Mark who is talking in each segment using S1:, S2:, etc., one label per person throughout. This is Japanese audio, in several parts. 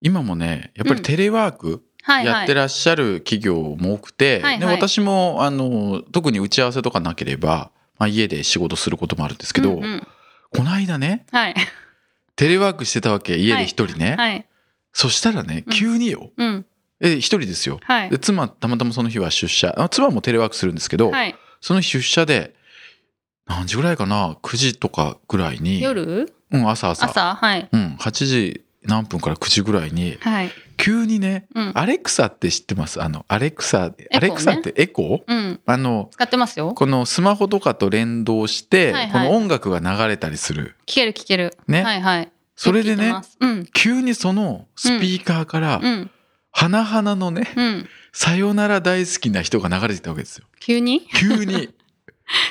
S1: 今もねやっぱ
S2: う
S1: り
S2: ん
S1: テレワーク
S2: はい
S1: や
S2: は
S1: って
S2: い
S1: らっしゃる企業も多くて、
S2: はいはい
S1: で私もあの特に打ち合わせとかなければ、まあ、家で仕事することもあるんですけど、
S2: うんうん
S1: この間ね
S2: はい
S1: テレワークしてたわけ家で一人ね、
S2: はい
S1: そしたらね
S2: うん
S1: 急によ
S2: うん
S1: え一人ですよ
S2: はい
S1: で妻たまたまその日は出社あ妻もテレワークするんですけど、
S2: はい
S1: その日出社で何時ぐらいかな9時とかぐらいに
S2: 夜
S1: うん、朝朝
S2: 朝はい
S1: うん、8時何分から9時ぐらいに
S2: はい
S1: 急にね
S2: うん
S1: アレクサって知ってますあのアレクサ、
S2: ね
S1: アレクサってエコー
S2: うん
S1: あの
S2: 使ってますよ
S1: このスマホとかと連動して、
S2: はいはい
S1: この音楽が流れたりする
S2: 聞ける聞ける
S1: ね
S2: はいはい
S1: それで
S2: 聞いて
S1: ね
S2: ますうん
S1: 急にそのスピーカーから
S2: うん
S1: 「花々のね
S2: うん
S1: 「さよなら大好きな人」が流れてたわけですよ
S2: 急に
S1: 急に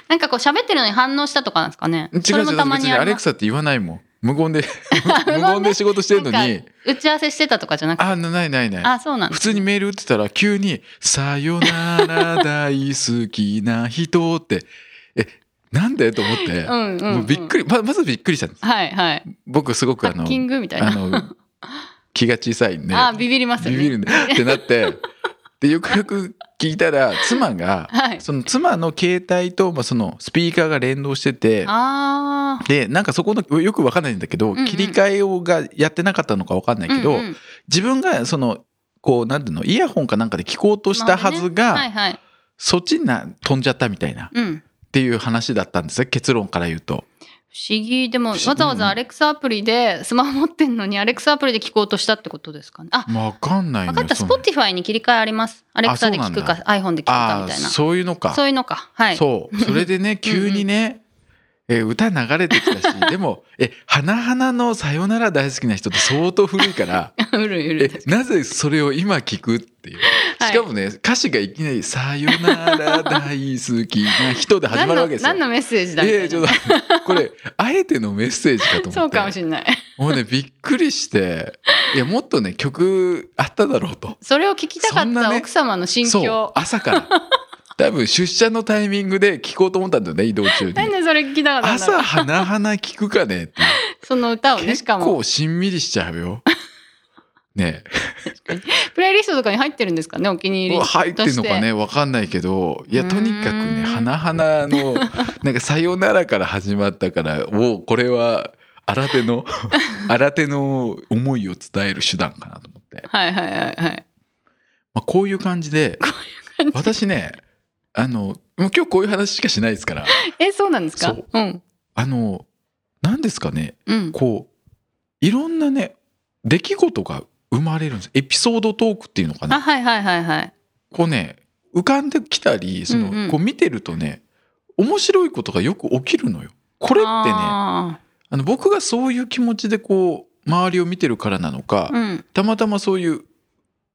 S2: なんかこう喋ってるのに反応したとかなんですかね
S1: 違う違
S2: それ
S1: う
S2: も
S1: 別
S2: たまに
S1: に
S2: あ
S1: ア
S2: り
S1: レ
S2: ま
S1: ク
S2: す
S1: サって言わないもん無 言で
S2: 無
S1: 無
S2: 言ね
S1: 言で仕事してるの
S2: なん
S1: に
S2: 打ち合わせしてたとかじゃなくて
S1: あないないない
S2: あそうなんで
S1: 普
S2: すね
S1: 通にメール打ってたら急に 「さよなら大好きな人」ってえなんでと思って、
S2: うんうんう
S1: も
S2: ん
S1: うびっくりままずびっくりしたんです
S2: はいはい
S1: 僕すごく
S2: ハ
S1: あの
S2: ッキングみたい
S1: あ
S2: な
S1: の気が小さいんで
S2: あビビりますよ
S1: ビ
S2: ね
S1: ビるんでってなってでよくよく聞いたら妻が
S2: はい
S1: その妻の携帯と、まあ、そのスピーカーが連動してて
S2: ああ
S1: でなんかそこのよくわかんないんだけど、
S2: んうん
S1: 切り替えをがやってなかったのかわかんないけど、
S2: うんうん
S1: 自分がそのこうなんていうのイヤホンかなんかで聞こうとしたはずが、
S2: はいはい
S1: そっちにな飛んじゃったみたいなっ
S2: うん
S1: ていう話だったんですよ結論から言うと。
S2: 不思議で
S1: 不
S2: も
S1: 思議
S2: わざわざアレクサアプリでスマホ持ってんのにアレクサアプリで聞こうとしたってことですかねあ
S1: わかんない
S2: 分
S1: ね
S2: かった
S1: そ
S2: Spotify に切り替えありますアレクサで聞く
S1: そう
S2: か iPhone で聞くか
S1: あ
S2: み
S1: あ
S2: たいな
S1: そういうのか。
S2: そういうのかはい
S1: そう。それでね、急にね、えー歌流れてきた し、でも、え、花々のさよなら大好きな人って相当古いから、
S2: うるう
S1: え
S2: る、
S1: なぜそれを今聞くっていう。
S2: はい
S1: しかもね、歌詞がいきなり、さよなら大好きな人で始まるわけですよ。
S2: 何の何のメッセージだみ
S1: い
S2: たい
S1: やい
S2: な
S1: やちょっと、 これ、あえてのメッセージかと思って。
S2: そうかもしれない
S1: もうね、びっくりして、いや、もっとね、曲あっただろうと。
S2: それを聞きたか
S1: そ
S2: っ
S1: んな
S2: た
S1: ね
S2: 奥様の心
S1: そう
S2: 境、
S1: 朝 から。多分、出社のタイミングで聞こうと思ったんだよね、移動中に。
S2: なんでそれ聞きたかったんだ
S1: 朝
S2: ろう
S1: 花々聞くかねっていう
S2: その歌をねし
S1: 結
S2: かも
S1: 構しんみりしちゃう よ。ね
S2: プレイリストとかに入ってるんですかねお気に
S1: え
S2: 入りと
S1: 入
S2: して
S1: ってんのかねわかんないけどいや
S2: うーん
S1: とにかくね花々の なんか「さよなら」から始まったからおこれは新手 の新手の思いを伝える手段かなと思って、
S2: はいはいはいはい
S1: まあ、こういう感じで
S2: 感じ
S1: 私ねあのもう今日こういう話しかしないです から
S2: えそうなんですか
S1: そう
S2: うん
S1: あの何ですかね
S2: うん
S1: こういろんなね出来事が生まれるんですエピソードトークっていうのか
S2: あ
S1: な
S2: はいはいはいはい
S1: こうね浮かんできたりその、
S2: うんうん
S1: こう見てるとね面白いことがよく起きるのよこれってねあ
S2: あ
S1: の僕がそういう気持ちでこう周りを見てるからなのか、
S2: ーうん
S1: たまたまそういう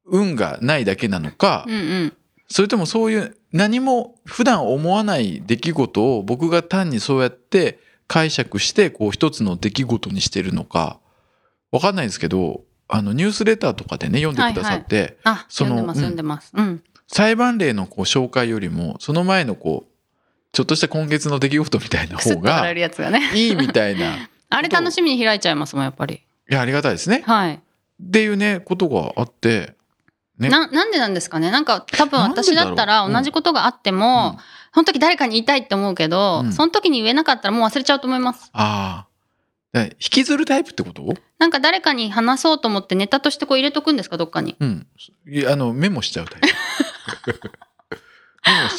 S1: 運がないだけなのか、
S2: うんうん
S1: それともそういう何も普段思わない出来事を僕が単にそうやって解釈してこう一つの出来事にしてるのかわかんないですけどあのニュースレターとかでね読んでくださって、
S2: あ
S1: その
S2: 読んでます
S1: うん
S2: 読んでますうん
S1: 裁判例のこう紹介よりもその前のこうちょっとした今月の出来事みたいな
S2: くすっ
S1: 方
S2: と笑
S1: が
S2: え
S1: い
S2: るやつがね
S1: いみたいない
S2: あれ楽しみに開いちゃいますもんやっぱり
S1: やありがたいですね
S2: はい
S1: っていうねことがあってね
S2: ななんでなんですかねなんか多分
S1: なんでだろ
S2: 私
S1: う
S2: だったら
S1: うん
S2: 同じことがあっても、
S1: うん
S2: その時誰かに言いたいって思うけど、
S1: うん
S2: その時に言えなかったらもう忘れちゃうと思います
S1: ああ引きずるタイプってこと
S2: なんか誰かに話そうと思ってネタとしてこう入れとくんですかどっかに
S1: うん。いやあの、メモしちゃうタイプ。 メモし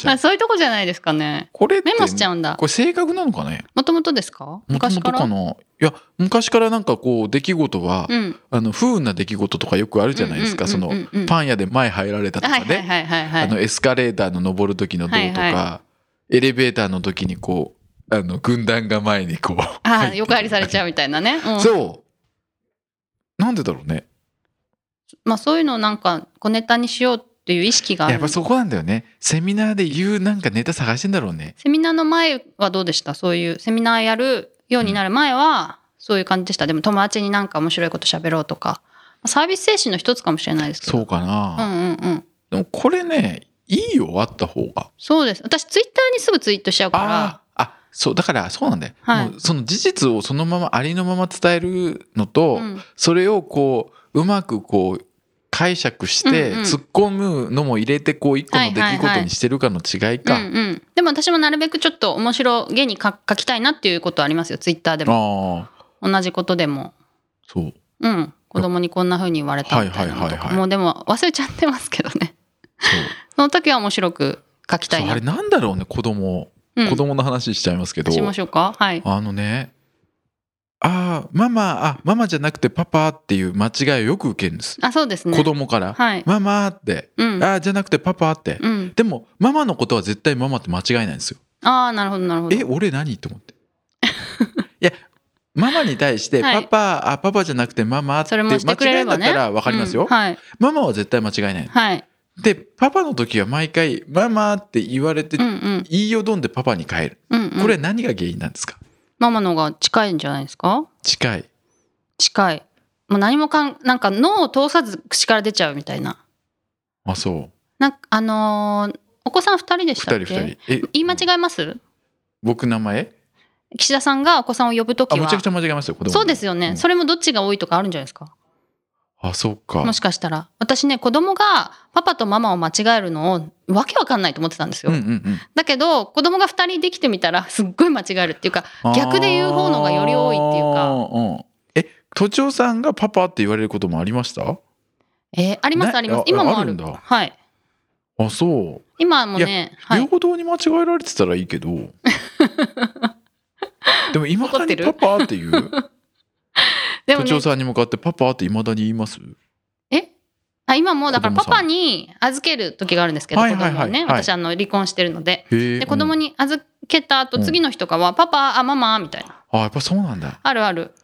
S1: ちゃ
S2: あ
S1: う。
S2: そういうとこじゃないですかね
S1: これって
S2: メモしちゃうんだ
S1: これ性格なのかね
S2: もともとですか
S1: もと
S2: 昔
S1: もと
S2: から
S1: かないや、昔からなんかこう、出来事は、
S2: うん
S1: あの、不運な出来事とかよくあるじゃないですか。
S2: うんう
S1: そ
S2: んうん
S1: の
S2: うんうん、
S1: パン屋で前入られたと
S2: は
S1: か
S2: いはい
S1: ね。
S2: はいはいはい
S1: あの、エスカレーターの登る時のどうと
S2: はい
S1: か、エレベーターの時にこう、あの、軍団が前にこう。
S2: ああ、よくありされち
S1: ゃ
S2: ゃうみたいなね。うん
S1: そう。なんでだろうね。
S2: まあ、そういうのをなんか小ネタにしようっていう意識があ
S1: や
S2: る
S1: っぱそこなんだよねセミナーで言うなんかネタ探してんだろうね
S2: セミナーの前はどうでしたそういうセミナーやるようになる前はそういう感じでしたでも友達になんか面白いこと喋ろうとかサービス精神の一つかもしれないですけど
S1: そうか
S2: う
S1: な、
S2: んうんうん
S1: でもこれねいいよあった方が
S2: そうです私ツイッターにすぐツイートしちゃうから
S1: あーあそうだからそうなんだよ、
S2: はい
S1: もうその事実をそのままありのまま伝えるのと、
S2: うん
S1: それをこううまくこう解釈して
S2: うんうん
S1: 突っ込むのも入れてこう一個の出
S2: は
S1: 来
S2: いはいは
S1: 事
S2: い
S1: にしてるかの違いか、
S2: うんうん、でも私もなるべくちょっと面白げに書書きたいなっていうことはありますよツイッターでも
S1: ああ
S2: 同じことでも
S1: そう
S2: うん子供にこんな風に言われたみたいなの
S1: はいはいは
S2: と
S1: い
S2: か
S1: はい
S2: もうでも忘れちゃってますけどね
S1: そう
S2: その時は面白く書きた
S1: そ
S2: いう
S1: あ
S2: な
S1: れなんだろうね子供、
S2: うん
S1: 子供の話しちゃいますけど
S2: しましょうかはい
S1: あのねああママあママじゃなくてパパっていう間違いをよく受けるんです、
S2: あそうですね
S1: 子供から、
S2: はい
S1: ママって、
S2: うん
S1: ああじゃなくてパパって、
S2: うん
S1: でもママのことは絶対ママって間違いないんですよ
S2: ああなるほどなるほど
S1: え俺何と思って いやママに対して「
S2: は
S1: パ
S2: い
S1: パ、あパパじゃなくてママ」って
S2: それもしてく
S1: 間違
S2: れれ
S1: いだ
S2: ば
S1: っ
S2: ね
S1: たら分かりますよ、
S2: うんはい
S1: ママは絶対間違いない
S2: はい
S1: でパパの時は毎回「ママ」って言われて、
S2: うんうん
S1: 言いよどんでパパに変える
S2: うんうん
S1: これは何が原因なんですか
S2: ママの方が近いんじゃないですか
S1: 近い
S2: 近いもう何もかんなんか脳を通さず口から出ちゃうみたいな
S1: あそう
S2: なんかあのーお子さん2人でしたっ
S1: 2人
S2: け
S1: 2人え
S2: 言い間違えます
S1: 僕名前
S2: 岸田さんがお子さんを呼ぶと
S1: あ
S2: き
S1: む
S2: は
S1: ちゃくちゃ間違えますよ子供
S2: そうですよね、
S1: うん
S2: それもどっちが多いとかあるんじゃないですか
S1: あそうか
S2: もしかしたら私ね子供がパパとママを間違えるのをわけわかんないと思ってたんですよ、
S1: うんうんうん
S2: だけど子供が2人できてみたらすっごい間違えるっていうか
S1: あー
S2: 逆で言う方のがより多いっていうか
S1: うんえ都庁さんがパパって言われることもありました
S2: えーあります
S1: な
S2: あります
S1: あ
S2: 今もあ
S1: ある
S2: る
S1: んだ
S2: はい
S1: あそう
S2: 今もねはい
S1: 両方に間違えられてたらいい けどでもいまだ
S2: 怒って
S1: に
S2: る
S1: パパって いう
S2: でも
S1: 都
S2: ね
S1: 庁さんに向かってパパっていまだに言います
S2: えあ今もだから
S1: 子供
S2: パ
S1: さん
S2: パに預ける時があるんですけど
S1: は
S2: 子
S1: い
S2: 供
S1: はいは
S2: を
S1: い
S2: ね
S1: はい
S2: 私あの離婚してるので
S1: へえ
S2: で子供
S1: うん
S2: に預けた後次の日とかは「パパあママ」みたいな
S1: あやっぱそうなんだ
S2: あるある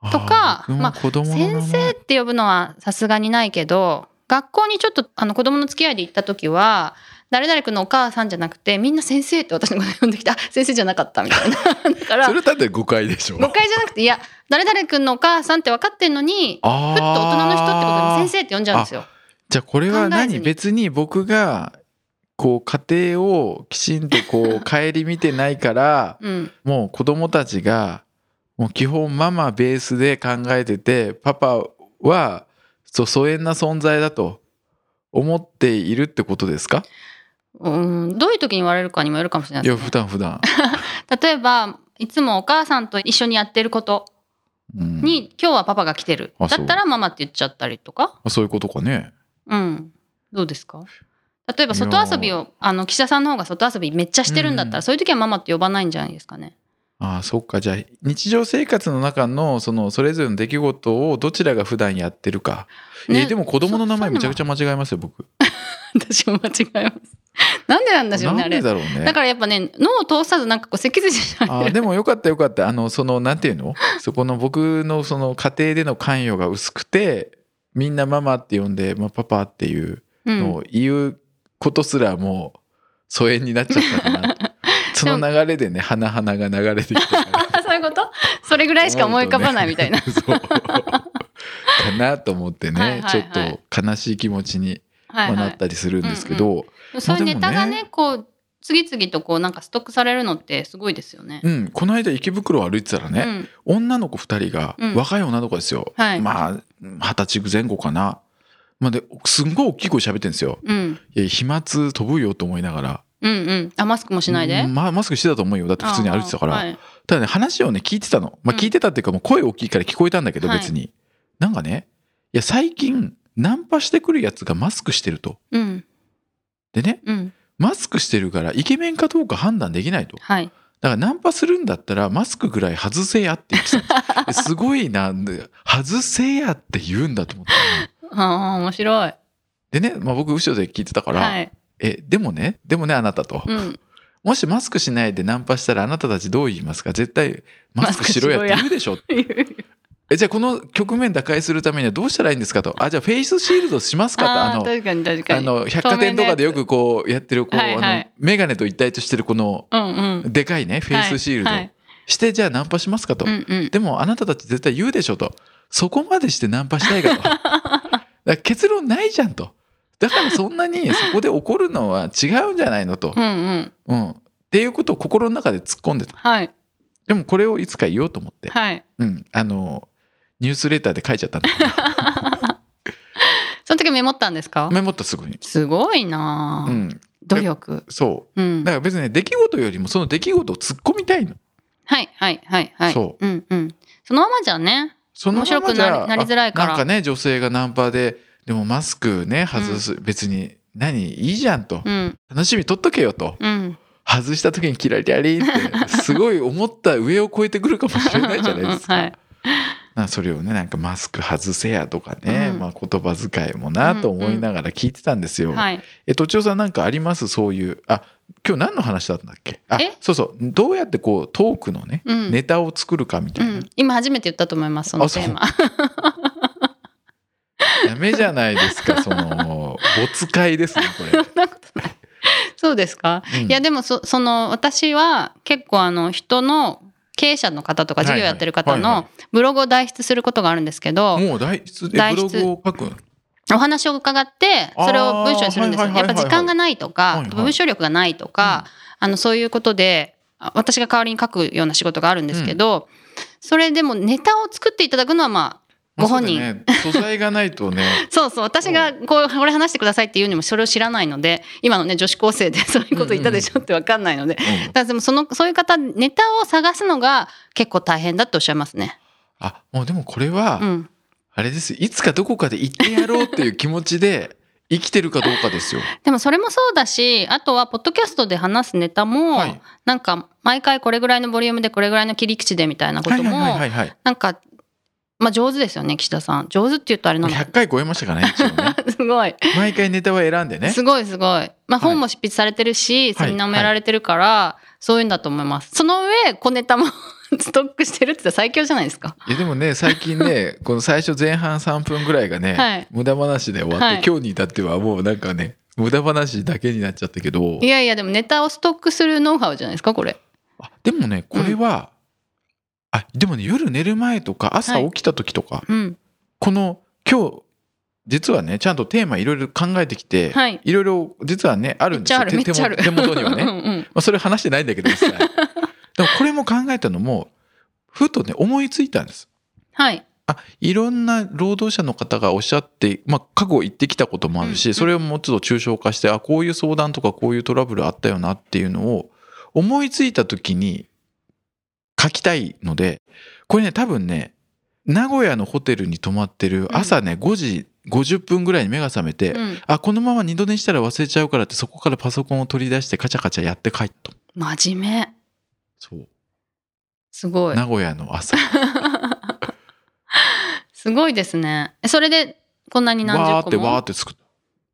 S1: あー
S2: とか
S1: 僕も
S2: まあ
S1: 子供の名前
S2: 先生って呼ぶのはさすがにないけど学校にちょっとあの子供の付き合いで行った時は誰々君のお母さんじゃなくてみんな先生って私のこと呼んできた あ先生じゃなかったみた いなだから
S1: それだって誤解でしょ
S2: 誤解じゃなくていや誰々君のお母さんって分かってんのにふ
S1: あ
S2: っと大人の人ってことに
S1: 生
S2: 先生って呼んじゃうんですよ。
S1: じゃあこれは
S2: 考えず
S1: 何
S2: に
S1: 別に僕がこう家庭をきちんとこう顧みてないから
S2: うん、
S1: もう子供たちがもう基本ママベースで考えててパパはそう疎遠な存在だと思っているってことですか
S2: うん、どういう時に言われるかにもよるかもしれな
S1: い
S2: いで
S1: や
S2: す
S1: 普
S2: ね。
S1: 段普段、
S2: 例えばいつもお母さんと一緒にやってること
S1: うん、
S2: に、今日はパパが来てる
S1: あ
S2: だ
S1: そう
S2: ったらママって言っちゃったりとか、
S1: そういうことかね
S2: うん、どうですか例えば外遊びをあの岸田さんの方が外遊びめっちゃしてるんだったら、
S1: うん
S2: そういう時はママって呼ばないんじゃないですかね。
S1: ああそっかじゃあ日常生活の中のそのそれぞれの出来事をどちらが普段やってるか、
S2: ね
S1: えーでも子供の名前
S2: そ
S1: めちゃくちゃ間違えますよ僕
S2: 私も間違えます。なんでなんでしょうね
S1: な
S2: あ
S1: んで
S2: れ。
S1: だろうね
S2: だからやっぱね脳を通さずなんかこう脊髄じゃな
S1: あ
S2: い
S1: ーでもよかったよかったあのそのなんていうのそこの僕のその家庭での関与が薄くてみんなママって呼んで、まあ、パパっていう
S2: うん
S1: のを言うことすらもう疎遠になっちゃったかな とその流れでね花々が流れてきたから
S2: あ そういうことそれぐらいしか思い浮かばないみたいな。
S1: そうかなと思ってね、
S2: はいはいはい
S1: ちょっと悲しい気持ちに
S2: はい
S1: まあ
S2: は
S1: ないったりするんですけど、
S2: そういうネタが
S1: まあでも
S2: ねこう次々とこうなんかストックされるのってすごいですよね。
S1: うん、この間池袋を歩いてたらね、
S2: うん
S1: 女の子2人が、
S2: うん
S1: 若い女の子ですよ、
S2: はい
S1: まあ二十歳前後かな、まあ、ですんごい大きい声喋ってるんですよ
S2: うん
S1: いや飛沫飛ぶよと思いながら
S2: うんうんあマスクもしないで。
S1: まあ、マスクしてたと思うよだって普通に歩いてたから、
S2: あーはい
S1: ただね話をね聞いてたの、まあ、
S2: うん
S1: 聞いてたっていうかもう声大きいから聞こえたんだけど
S2: はい
S1: 別に、なんかねいや最近ナンパしてくるやつがマスクしてると
S2: うん
S1: でね
S2: うん
S1: マスクしてるからイケメンかどうか判断できないと
S2: はい。
S1: だからナンパするんだったらマスクぐらい外せやって言ってたん ですすごいな外せやって言うんだと思って
S2: ああ面白い。
S1: でね、まあ、僕後ろで聞いてたから「
S2: はい。
S1: えでもねでもねあなたと」
S2: うん
S1: もしマスクしないでナンパしたらあなたたちどう言いますか絶対マスクしろやって言うでしょ」
S2: 言う
S1: えじゃあこの局面打開するためにはどうしたらいいんですかとあじゃあフェイスシールドしますかと
S2: あ
S1: あ
S2: あー
S1: の
S2: 確かに確か
S1: あ
S2: に
S1: の百貨店とかでよくこうやってるこう、
S2: はいはい
S1: あのメガネと一体としてるこの
S2: うんうん
S1: でかいねフェイスシールド、
S2: はいはい
S1: してじゃあナンパしますかと、
S2: うんうん
S1: でもあなたたち絶対言うでしょとそこまでしてナンパしたい かとだから結論ないじゃんとだからそんなにそこで怒るのは違うんじゃないのと
S2: う、んうん
S1: うん、っていうことを心の中で突っ込んでた
S2: はい
S1: でもこれをいつか言おうと思って、
S2: はい
S1: うん、あのニュースレターで書いちゃったんだけど
S2: その時メモったんですか
S1: メモったすぐに、
S2: すごいな
S1: う
S2: あ、
S1: ん、
S2: 努力
S1: そう
S2: うん
S1: だから別にね出来事よりもその出来事を突っ込みたいの
S2: はいはいはいはい、
S1: そう
S2: んうん、そのままじゃね
S1: そのままじ
S2: 面白
S1: ゃ
S2: くなりなりづらいから
S1: あなんかね女性がナンパででもマスクね外す、別に何いいじゃんと、
S2: うん
S1: 楽しみ取っとけよと
S2: うん
S1: 外した時にキラリラリってすごい思った上を越えてくるかもしれないじゃないですか。
S2: はい
S1: なそれをねなんかマスク外せやとかね、
S2: うん
S1: まあ、言葉遣いもなと思いながら聞いてたんですよ。
S2: はい
S1: えとちおさんなんかありますそういうあ今日何の話だったんだっけあ
S2: え
S1: そうそうどうやってこうトークのね、
S2: うん
S1: ネタを作るかみた
S2: う
S1: いな、
S2: ん、今初めて言ったと思いますその
S1: あそう
S2: テーマ
S1: ダメじゃないですかその没会ですねこれ。
S2: そうですか、
S1: うん
S2: いやでもそその私は結構あの人の経営者の方とか
S1: はいは
S2: 事
S1: い
S2: 業やってる方
S1: はいは
S2: のブログを代筆することがあるんですけど、
S1: もう代筆で
S2: 代
S1: ブロ
S2: 筆
S1: グを書く
S2: お話を伺ってそれを文章にするんですよ
S1: あー
S2: ね
S1: はいはいはいはい
S2: やっぱ時間がないとか、
S1: はいはい
S2: 文章力がないとか、あのそういうことであ私が代わりに書くような仕事があるんですけど、それでもネタを作っていただくのはまあご本人
S1: まあそうだね、素材がないとね
S2: そうそう私がこうこれ話してくださいっていうにもそれを知らないので今のね女子高生で そういうこと言ったでしょって分かんないので、
S1: うん
S2: だからでもそのそういう方ネタを探すのが結構大変だっておっしゃいますね。
S1: あもうでもこれは、
S2: うん、
S1: あれですいつかどこかで行ってやろうっていう気持ちで生きてるかどうかですよ。
S2: でもそれもそうだしあとはポッドキャストで話すネタも、
S1: はい
S2: なんか毎回これぐらいのボリュームでこれぐらいの切り口でみたいなことも、
S1: はいはいはいはい
S2: なんか、まあ、上手ですよね岸田さん上手って言うとあれな
S1: まあ
S2: のか
S1: 100回超えましたからね一応ね
S2: すごい
S1: 毎回ネタは選んでね
S2: すごいすごい。まあ、
S1: い
S2: 本も執筆されてるし、
S1: はい
S2: セミナーもやられてるから、そういうんだと思います。その上、小ネタも ストックしてるって言ったら最強じゃないですか。
S1: いやでもね最近 ねこの最初前半3分ぐらいがね、
S2: はい
S1: 無駄話で終わって、
S2: はい
S1: 今日に至ってはもうなんかね無駄話だけになっちゃったけど
S2: いやいや、でもネタをストックするノウハウじゃないですか、これ。
S1: あでもねこれは、あでもね夜寝る前とか朝
S2: はい
S1: 起きた時とか、
S2: うん。
S1: この今日実はねちゃんとテーマいろいろ考えてきて、
S2: はい
S1: ろいろ実はねあるんですよ
S2: めっちゃある
S1: 手手
S2: めっちゃあ
S1: 手
S2: る
S1: 元には ね
S2: うんうん。
S1: まあ、それ話してないんだけど 実際でもこれも考えたのもふとね思いついたんです
S2: はい。
S1: いろんな労働者の方がおっしゃって、まあ、過去言ってきたこともある
S2: うんう
S1: し
S2: ん
S1: それをもうちょっと抽象化してあこういう相談とかこういうトラブルあったよなっていうのを思いついた時に書きたいのでこれね多分ね名古屋のホテルに泊まってる朝ね5時50分ぐらいに目が覚めて、
S2: うん。
S1: あこのまま二度寝したら忘れちゃうからってそこからパソコンを取り出してカチャカチャやって帰った
S2: 真面目。
S1: そう
S2: すごい。
S1: 名古屋の朝
S2: すごいですね。えそれで、こんなに 何
S1: わーっ
S2: 十
S1: て
S2: 個も。
S1: わーって作った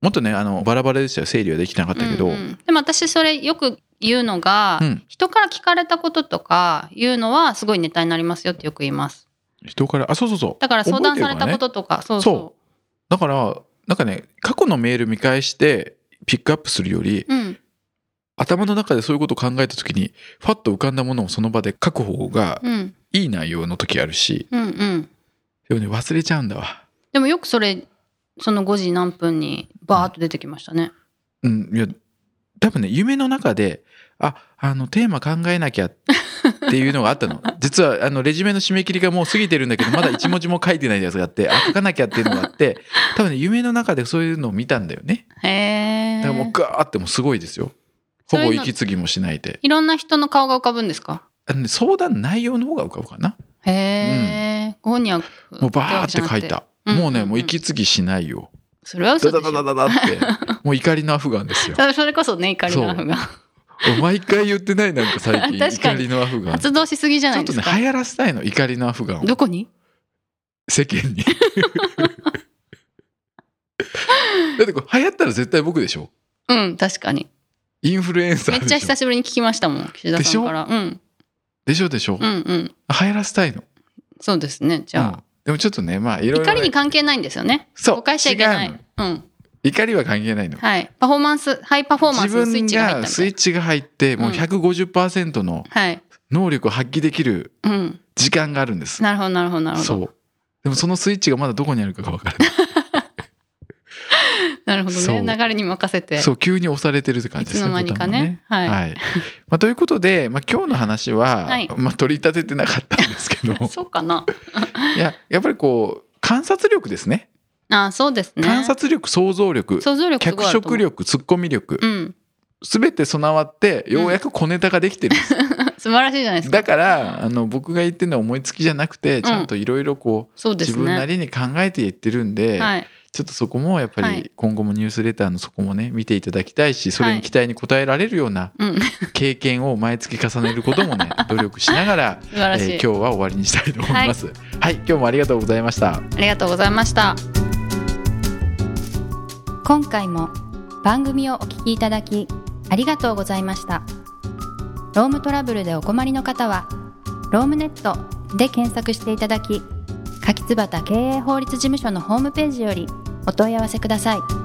S1: もっとねあのバラバラでしたよ整理はできなかったけど、
S2: うんうんでも私、それよく言うのが、
S1: うん
S2: 人から聞かれたこととか言うのはすごいネタになりますよってよく言います。
S1: 人からあそうそうそう
S2: だから相談された
S1: 覚え
S2: こ
S1: てる
S2: ととか、そう
S1: そう
S2: そ
S1: らねだからなんかね過去のメール見返してピックアップするより
S2: う。うん。
S1: 頭の中でそういうことを考えた時にファッと浮かんだものをその場で書く方が
S2: うん
S1: いい内容の時あるし
S2: うんうん
S1: でもね忘れちゃうんだわ
S2: でもよくそれその5時何分にバーッと出てきましたね。
S1: うんいや多分ね夢の中でああのテーマ考えなきゃっていうのがあった の実はあのレジュメの締め切りがもう過ぎてるんだけどまだ一文字も書いてないやつがあってあ書かなきゃっていうのがあって多分ね夢の中でそういうのを見たんだよね
S2: へ
S1: だ
S2: え
S1: からもうガーってもうすごいですよほぼ息継ぎもしないで
S2: いろんな人の顔が浮かぶんですか
S1: あのね相談内容の方が浮かぶかな
S2: へえ、ご本人は
S1: もうバーって書いた
S2: うん
S1: もうねもう
S2: うん
S1: 息継ぎしないよ
S2: それは嘘
S1: ダ
S2: で
S1: ダ
S2: しょ
S1: ダダダダって もう怒りのアフガンですよ
S2: それこそね怒りのアフが
S1: 毎回言ってないなんか最近
S2: 確か
S1: 怒
S2: に
S1: りのアフガン
S2: 発動しすぎじゃ
S1: ち
S2: な
S1: ょ
S2: い
S1: っと
S2: です
S1: ね
S2: か、
S1: 流行らせたいの怒りのアフガンを
S2: どこに
S1: 世間に だってこれ流行ったら絶対僕でしょ
S2: うん確かに
S1: インフルエンサ
S2: め
S1: ー
S2: っ
S1: で
S2: ち
S1: し
S2: ゃ
S1: ょ
S2: 久しぶりに聞きましたもん岸田さんからうん
S1: でしょでしょ、
S2: うんうん
S1: 流行らせたいの
S2: そうですね。じゃあ、
S1: うんでもちょっとねまあいろいろ
S2: 怒りに関係ないんですよね。
S1: そう
S2: 誤解しちゃいけな
S1: 違うの
S2: い。うん。
S1: 怒りは関係ないの
S2: はい。パフォーマンス、ハイパフォーマンスのスイッチが
S1: 自分
S2: 入った
S1: が
S2: み
S1: ス
S2: た
S1: イ
S2: い
S1: ッチが入ってもう
S2: うん
S1: 150%の
S2: な。はい。
S1: 能力を発揮できる
S2: うん。
S1: 時間があるんです、
S2: なるほど、なるほど、なるほ
S1: そ
S2: ど。
S1: うでもそのスイッチがまだどこにあるかが分からない
S2: なるほ
S1: そ
S2: ど
S1: う
S2: ね。流れに任せて。
S1: そう急に押されてるって感
S2: い
S1: じ
S2: つ
S1: ですね
S2: の間にかね。
S1: ボタンが
S2: は
S1: ねはいまあ、ということで、まあ、今日の話は、
S2: はい
S1: まあ、取り立ててなかったんですけど
S2: い。 そうかな。
S1: いややっぱりこう観察力ですね
S2: ああ、そうですね。
S1: 観察力想像力
S2: 想像力すご
S1: 脚
S2: いあると思
S1: 色
S2: う。
S1: 力ツッコミ力
S2: うん。
S1: 全て備わってようやく小ネタができてるんです、
S2: 素晴らしいじゃないですか。
S1: だからあの僕が言ってるのは思いつきじゃなくてちゃんといろいろこう、
S2: そうで
S1: 自
S2: す
S1: 分なり
S2: ね。
S1: に考えて言ってるんで、
S2: はい。
S1: ちょっとそこもやっぱ
S2: は
S1: り
S2: い
S1: 今後もニュースレターのそこもね見ていただきたいしそれに期待に応えられるような
S2: うん。
S1: 経験を毎月重ねることもね努力しながら、
S2: 素晴らしい。
S1: えー今日は終わりにしたいと思います。はい、今日もありがとうございました。
S2: ありがとうございました。
S3: 今回も番組をお聞きいただきありがとうございましたロームトラブルでお困りの方は「ロームネット」で検索していただき柿椿経営法律事務所のホームページよりお問い合わせください